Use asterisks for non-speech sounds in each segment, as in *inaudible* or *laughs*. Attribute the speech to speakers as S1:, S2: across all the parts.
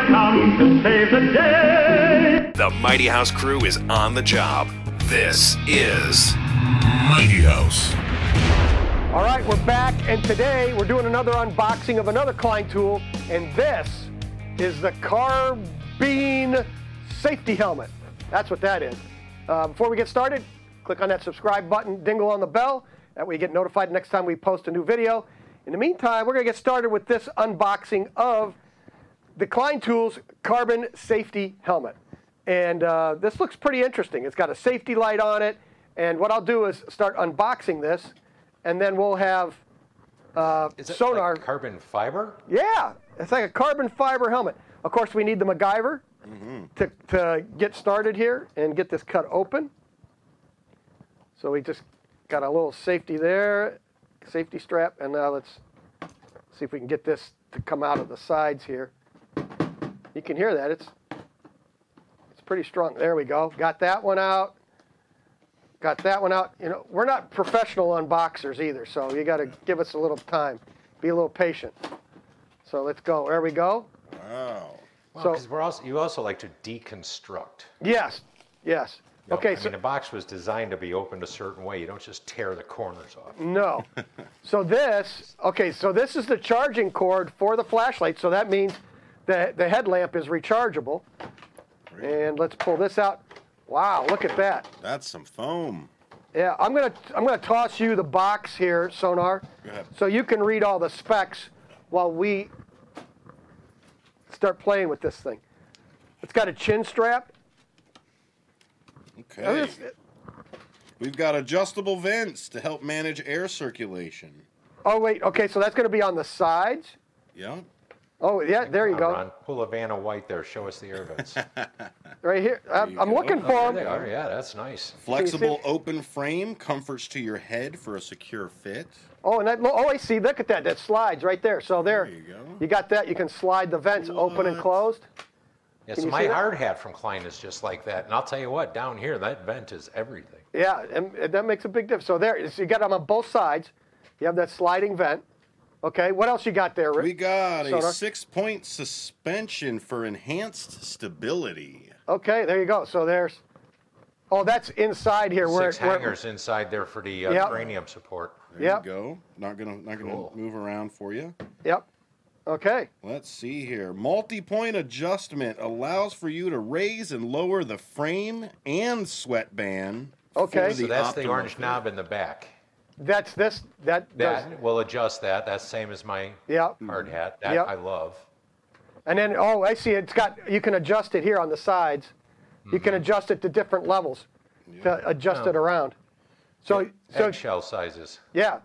S1: to save the day.
S2: The Mighty House crew is on the job. This is
S3: Mighty House.
S4: All right, we're back, and today we're doing another unboxing of another Klein tool, and this is the Carbine Safety Helmet. That's what that is. Uh, before we get started, click on that subscribe button, dingle on the bell. That way you get notified next time we post a new video. In the meantime, we're going to get started with this unboxing of the Klein Tools Carbon Safety Helmet. And uh, this looks pretty interesting. It's got a safety light on it. And what I'll do is start unboxing this, and then we'll have uh,
S5: Is it
S4: sonar.
S5: like carbon fiber?
S4: Yeah, it's like a carbon fiber helmet. Of course, we need the MacGyver to, to get started here and get this cut open. So we just got a little safety there, safety strap, and now let's see if we can get this to come out of the sides here. You can hear that. It's it's pretty strong. There we go. Got that one out. Got that one out. You know, we're not professional unboxers either, so you got to give us a little time. Be a little patient. So let's go. There we go.
S5: Well,
S4: So-
S5: because we're also you also like to deconstruct.
S4: Yes. Yes.
S5: You know,
S4: okay.
S5: I
S4: so
S5: mean, the box was designed to be opened a certain way. You don't just tear the corners off. *laughs*
S4: no. so this. Okay. So this is the charging cord for the flashlight. So that means the the headlamp is rechargeable. And let's pull this out. Wow. Look at that.
S6: That's some foam.
S4: Yeah. I'm gonna I'm gonna toss you the box here, Sonar,
S6: ahead.
S4: so you can read all the specs while we start playing with this thing. It's got a chin strap. Now
S6: Okay.
S4: this-
S6: We've got adjustable vents to help manage air circulation.
S4: Oh wait, okay, so that's going to be on the sides.
S6: Yeah.
S4: Oh yeah, there you
S5: Now,
S4: go,
S5: Ron, pull a Vanna White there. Show us the
S4: *laughs*
S5: air vents.
S4: right here. I'm,
S6: you
S4: I'm
S6: go. Oh,
S4: looking
S5: there
S4: for
S5: they
S4: them.
S5: are. Yeah, that's nice.
S6: Flexible
S4: *laughs*
S6: open frame, comforts to your head for a secure fit.
S4: Oh, and that. lo- Oh, I see. Look at that. That slides right there. So there,
S6: There you go.
S4: got that. You can slide the vents open and
S6: What?
S4: closed.
S5: Yeah,
S4: Can
S5: so
S4: you
S5: my
S4: see that?
S5: hard hat from Klein is just like that. And I'll tell you what, down here, that vent is everything.
S4: Yeah, and, and that makes a big difference. So there, so you got them on both sides. You have that sliding vent. Okay, what else you got there, Rick?
S6: We got a
S4: Sonar.
S6: six point suspension for enhanced stability.
S4: Okay, there you go. So there's. Oh, that's inside here. Where,
S5: Six
S4: where-
S5: hangers inside there for the uh,
S4: Yep.
S5: cranium support.
S6: There
S4: Yep.
S6: you go. Not gonna not gonna
S5: Cool.
S6: move around for you.
S4: Yep. Okay.
S6: Let's see here. Multi-point adjustment allows for you to raise and lower the frame and sweatband.
S4: Okay.
S6: for
S4: So
S5: So that's the
S6: optimal
S5: orange
S6: fit.
S5: knob in the back.
S4: That's this. That. does-
S5: That will adjust that. That's same as my
S4: Yep.
S5: hard hat. That
S4: Yep.
S5: I love.
S4: And then, oh, I see. It's got you can adjust it here on the sides. You can adjust it to different levels to adjust it around. So, so
S5: Eggshell sizes.
S4: yeah,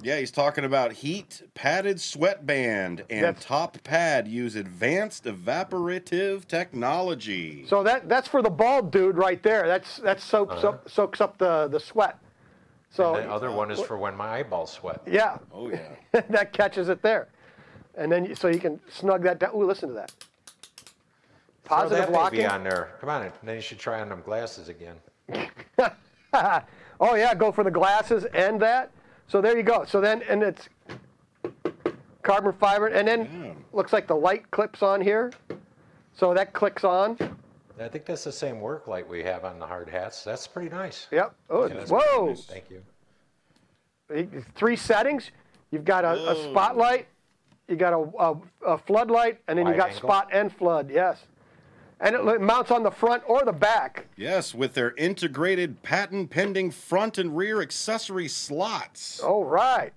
S6: Yeah, he's talking about heat, padded sweatband, and
S4: That's-
S6: top pad use advanced evaporative technology.
S4: so that that's for the bald dude right there. That's that soaks up soaks up the the sweat. So
S5: The other one is for when my eyeballs sweat.
S4: yeah,
S6: oh yeah.
S4: *laughs* that catches it there, and then you- so you can snug that down. Ooh, listen to that.
S5: Throw
S4: Positive
S5: that
S4: locking.
S5: baby on there. Come on, then you should try on them glasses again.
S4: Oh yeah, go for the glasses and that. So there you go. So then and it's carbon fiber and then
S6: Yeah.
S4: looks like the light clips on here. So that clicks on.
S5: I think that's the same work light we have on the hard hats. That's pretty nice.
S4: Yep. Oh,
S5: that's
S4: whoa.
S5: Thank you.
S4: Three settings. You've got a, a spotlight, you got a, a, a floodlight, and then you
S5: Wide
S4: got
S5: angle.
S4: spot and flood. Yes. And it li- mounts on the front or the back.
S6: *laughs* Yes, with their integrated patent pending front and rear accessory slots.
S4: All right.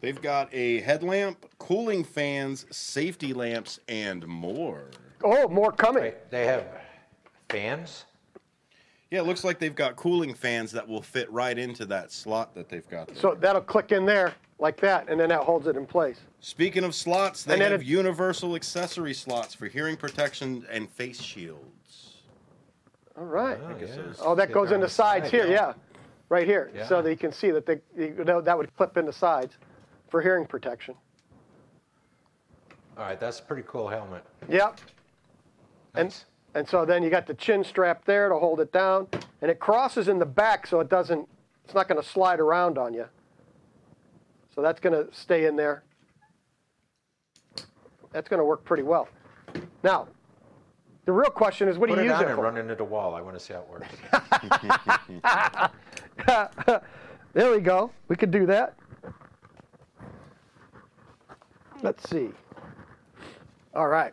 S6: They've got a headlamp, cooling fans, safety lamps, and more.
S4: Oh, more coming.
S5: Right, They have fans.
S6: Yeah, it looks like they've got cooling fans that will fit right into that slot that they've got there.
S4: So that'll click in there like that, and then that holds it in place.
S6: Speaking of slots, they
S4: And then
S6: have
S4: it-
S6: universal accessory slots for hearing protection and face shields.
S4: All right.
S5: Oh, yeah.
S4: Oh, that
S5: Yeah,
S4: goes
S5: they're
S4: in the
S5: on
S4: sides
S5: side,
S4: here, yeah, right here, so
S5: Yeah.
S4: that you can see that they, you know, that would clip in the sides for hearing protection.
S5: All right, that's a pretty cool helmet.
S4: Yep. And,
S5: Nice.
S4: and so then you got the chin strap there to hold it down, and it crosses in the back so it doesn't, it's not going to slide around on you. So that's going to stay in there. That's going to work pretty well. Now, the real question is, what
S5: Put
S4: do
S5: it
S4: you use
S5: on
S4: it
S5: and
S4: for?
S5: run into the wall. I want to see how it
S4: *laughs*
S5: works.
S4: There we go. We could do that. Let's see. All right.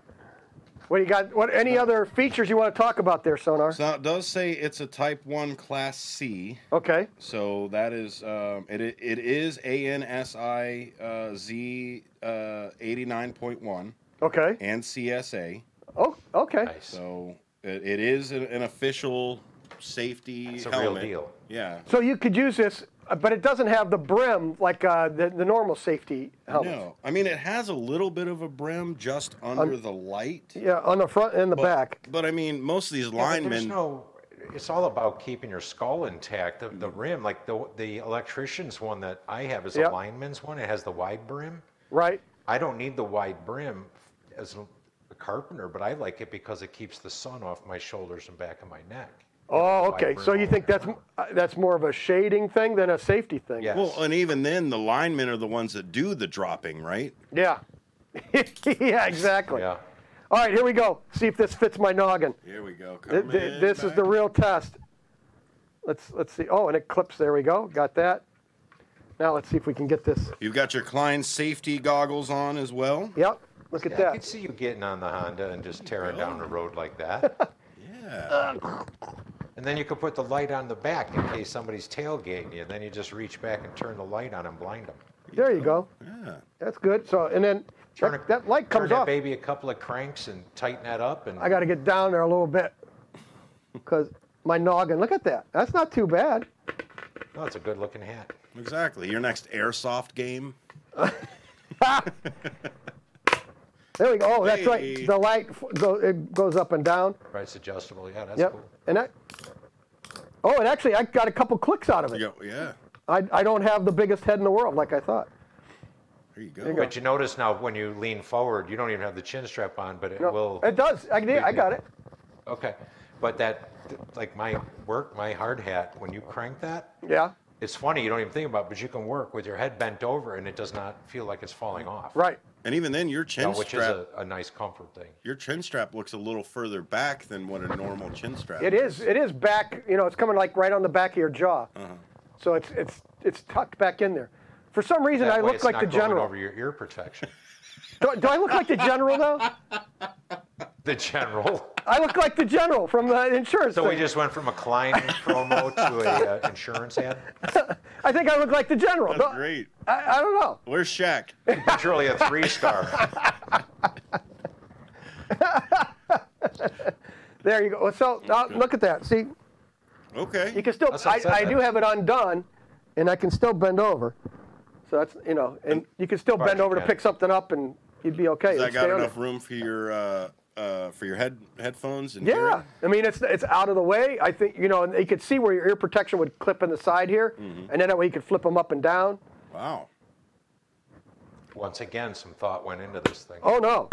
S4: What do you got? What any other features you want to talk about there, Sonar?
S6: So it does say it's a Type One Class C.
S4: Okay.
S6: So that is um, it. i- It is ANSI uh, Z uh, eighty nine point one
S4: Okay.
S6: and CSA.
S4: Oh, okay.
S5: Nice.
S6: So it, it is an, an official safety.
S5: It's a real
S6: helmet.
S5: deal.
S6: Yeah.
S4: So you could use this, uh, but it doesn't have the brim like uh, the, the normal safety
S5: Oh.
S4: helmet.
S6: No, I mean it has a little bit of a brim just under the light.
S4: Yeah, on the front and the back.
S6: But I mean, most of these
S5: Yeah, but There's
S6: linemen.
S5: no. It's all about keeping your skull intact. The, the rim, like the the electrician's one that I have is
S4: Yep.
S5: a lineman's one. It has the wide brim.
S4: Right.
S5: I don't need the wide brim as a carpenter, but I like it because it keeps the sun off my shoulders and back of my neck.
S4: Oh,
S5: Wide
S4: okay.
S5: brim
S4: So
S5: all
S4: you
S5: the
S4: think
S5: way
S4: that's
S5: around.
S4: uh, that's more of a shading thing than a safety thing?
S5: Yes.
S6: Well, uh, and even then, the linemen are the ones that do the dropping, right?
S4: Yeah. *laughs* yeah. Exactly.
S5: yeah.
S4: All right. Here we go. See if this fits my noggin.
S6: Here we go. Come
S4: Th- th-
S6: in
S4: this is
S6: back.
S4: the real test. Let's let's see. Oh, and it clips. There we go. Got that. Now let's see if we can get this.
S6: You've got your Klein safety goggles on as well.
S4: Yep. Look at
S5: Yeah, I
S4: that.
S5: could see you getting on the Honda and just tearing down the road
S4: *laughs*
S5: like that.
S4: Uh,
S6: Yeah.
S5: and then you could put the light on the back in case somebody's tailgating you. And then you just reach back and turn the light on and blind them.
S4: There you go.
S6: yeah.
S4: That's good. So and then
S5: Turn
S4: that,
S5: it-
S4: that light
S5: turn
S4: comes
S5: that
S4: off.
S5: baby a couple of cranks and tighten that up. And
S4: I got to get down there a little
S5: *laughs*
S4: bit because my noggin. Look at that. That's not too
S5: *laughs*
S4: bad.
S5: no, oh, it's a good looking hat.
S6: Exactly. Your next airsoft game.
S4: There we go. Oh, that's
S6: Hey.
S4: right. The light f- go, it goes up and down.
S5: Right, it's adjustable. Yeah, that's
S4: Yep.
S5: cool.
S4: And I. Oh, and actually, I got a couple clicks out of
S6: You
S4: it.
S6: go, yeah.
S4: I, I don't have the biggest head in the world like I thought.
S6: There you go.
S5: But you notice now when you lean forward, you don't even have the chin strap on, but it
S4: No,
S5: will.
S4: it does. I, did- I got it.
S5: Okay, but that, like my work, my hard hat, when you crank that,
S4: Yeah.
S5: it's funny, you don't even think about it, but you can work with your head bent over and it does not feel like it's falling off.
S4: Mm-hmm. Right.
S6: And even then, your
S5: You know,
S6: chin
S5: which is
S6: strap.
S5: a, a nice comfort thing.
S6: Your chin strap looks a little further back than what a normal chin strap.
S4: It is. It is back. You know, it's coming like right on the back of your jaw.
S5: Uh-huh.
S4: So it's it's it's tucked back in there. For some reason,
S5: That
S4: I
S5: way
S4: look
S5: it's
S4: like
S5: not
S4: the
S5: going
S4: general.
S5: Over your ear protection. *laughs*
S4: Do, do I look like the general though? *laughs*
S5: the general.
S4: I look like the general from the insurance.
S5: So we
S4: thing.
S5: just went from a Klein promo to a uh, insurance ad.
S4: I think I look like the general.
S6: That's
S4: don't-
S6: great.
S4: I, I don't know.
S6: Where's
S4: *laughs*
S6: Shaq?
S5: It's really a three star.
S4: There you go. So now look at that. See, you
S6: Okay.
S4: can still.
S5: That's what I
S4: I,
S5: said.
S4: I do have it undone, and I can still bend over. So that's you know, and you can still
S5: Right,
S4: bend
S5: you
S4: over to
S5: can.
S4: pick something up, and you'd be okay.
S6: Has
S4: It'd
S6: that
S4: stay
S6: got
S4: on
S6: enough
S4: there.
S6: room for your uh, uh, for your head headphones and
S4: Yeah,
S6: hearing?
S4: I mean it's it's out of the way. I think you know, and you could see where your ear protection would clip in the side here, and then that way you could flip them up and down.
S6: Wow.
S5: Once again, some thought went into this thing.
S4: Oh no,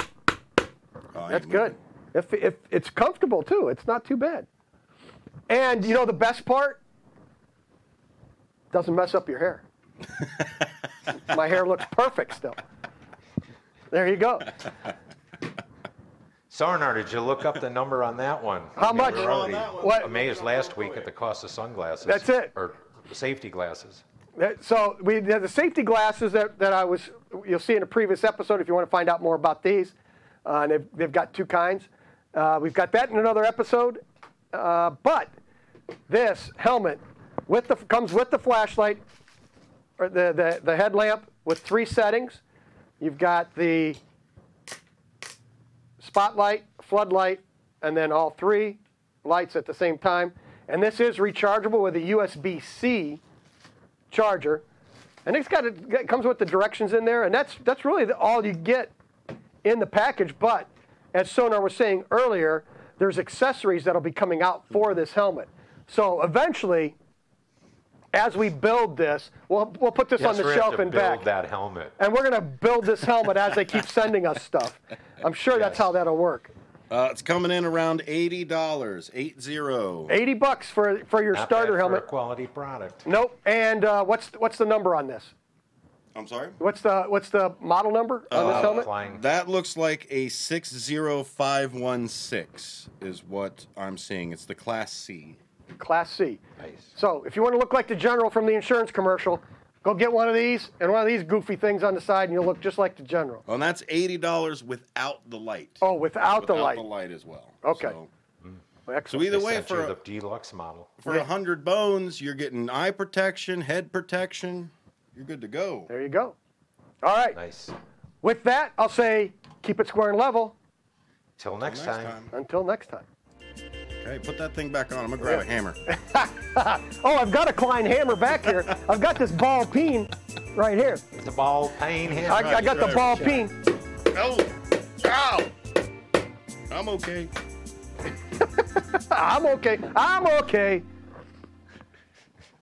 S6: Oh, I
S4: That's
S6: ain't
S4: good.
S6: moving.
S4: If, if it's comfortable too, it's not too bad. And you know the best part? Doesn't mess up your hair. My hair looks perfect still. There you go.
S5: Sarnar, did you look up the number on that one?
S4: How much?
S5: We were already
S4: What-
S5: amazed last week at the cost of sunglasses.
S4: That's it.
S5: Or safety glasses.
S4: That- So we the the safety glasses that, that I was you'll see in a previous episode if you want to find out more about these. Uh, and they've, they've got two kinds. Uh, we've got that in another episode. Uh, but this helmet with the comes with the flashlight or the, the, the headlamp with three settings. You've got the spotlight, floodlight, and then all three lights at the same time. And this is rechargeable with a USB C charger, and it's got a, it comes with the directions in there, and that's that's really the, all you get in the package. But as Sonar was saying earlier, there's accessories that'll be coming out for this helmet. So eventually, as we build this, we'll we'll put this on
S5: Yes,
S4: the
S5: we have
S4: shelf
S5: to
S4: and
S5: build
S4: back,
S5: that helmet.
S4: and we're gonna build this helmet as they keep sending us stuff. I'm sure that's
S5: Yes.
S4: how that'll work.
S6: Uh, it's coming in around eighty dollars, eight zero.
S4: 80 bucks for for your
S5: Not bad
S4: starter
S5: for
S4: helmet.
S5: a quality product.
S4: Nope. And uh, what's what's the number on this?
S6: I'm sorry.
S4: What's the what's the model number on this helmet?
S5: Flying.
S6: That looks like a 60516 is what I'm seeing. It's the Class C.
S4: Class C.
S5: Nice.
S4: So if you want to look like the general from the insurance commercial, go get one of these and one of these goofy things on the side, and you'll look just like the general.
S6: Oh, and that's $80 without the light.
S4: Oh, without, the light.
S6: the light as well.
S4: Okay.
S6: So, so
S4: Excellent.
S6: either
S5: They
S6: way,
S5: sent
S6: for
S5: you
S6: a,
S5: the deluxe model.
S6: for a hundred bones, you're getting eye protection, head protection. You're good to go.
S4: There you go. All right.
S5: Nice.
S4: With that, I'll say keep it square and level
S5: Till next,
S6: Next
S5: time.
S6: time.
S4: until next time.
S6: Okay, put that thing back on. I'm gonna grab a
S4: *laughs*
S6: hammer.
S4: Oh, I've got a Klein hammer back here. I've got this ball peen right here.
S5: The ball pain him.
S4: I, I got the ball peen.
S6: Oh, ow! I'm okay.
S4: I'm okay. I'm okay.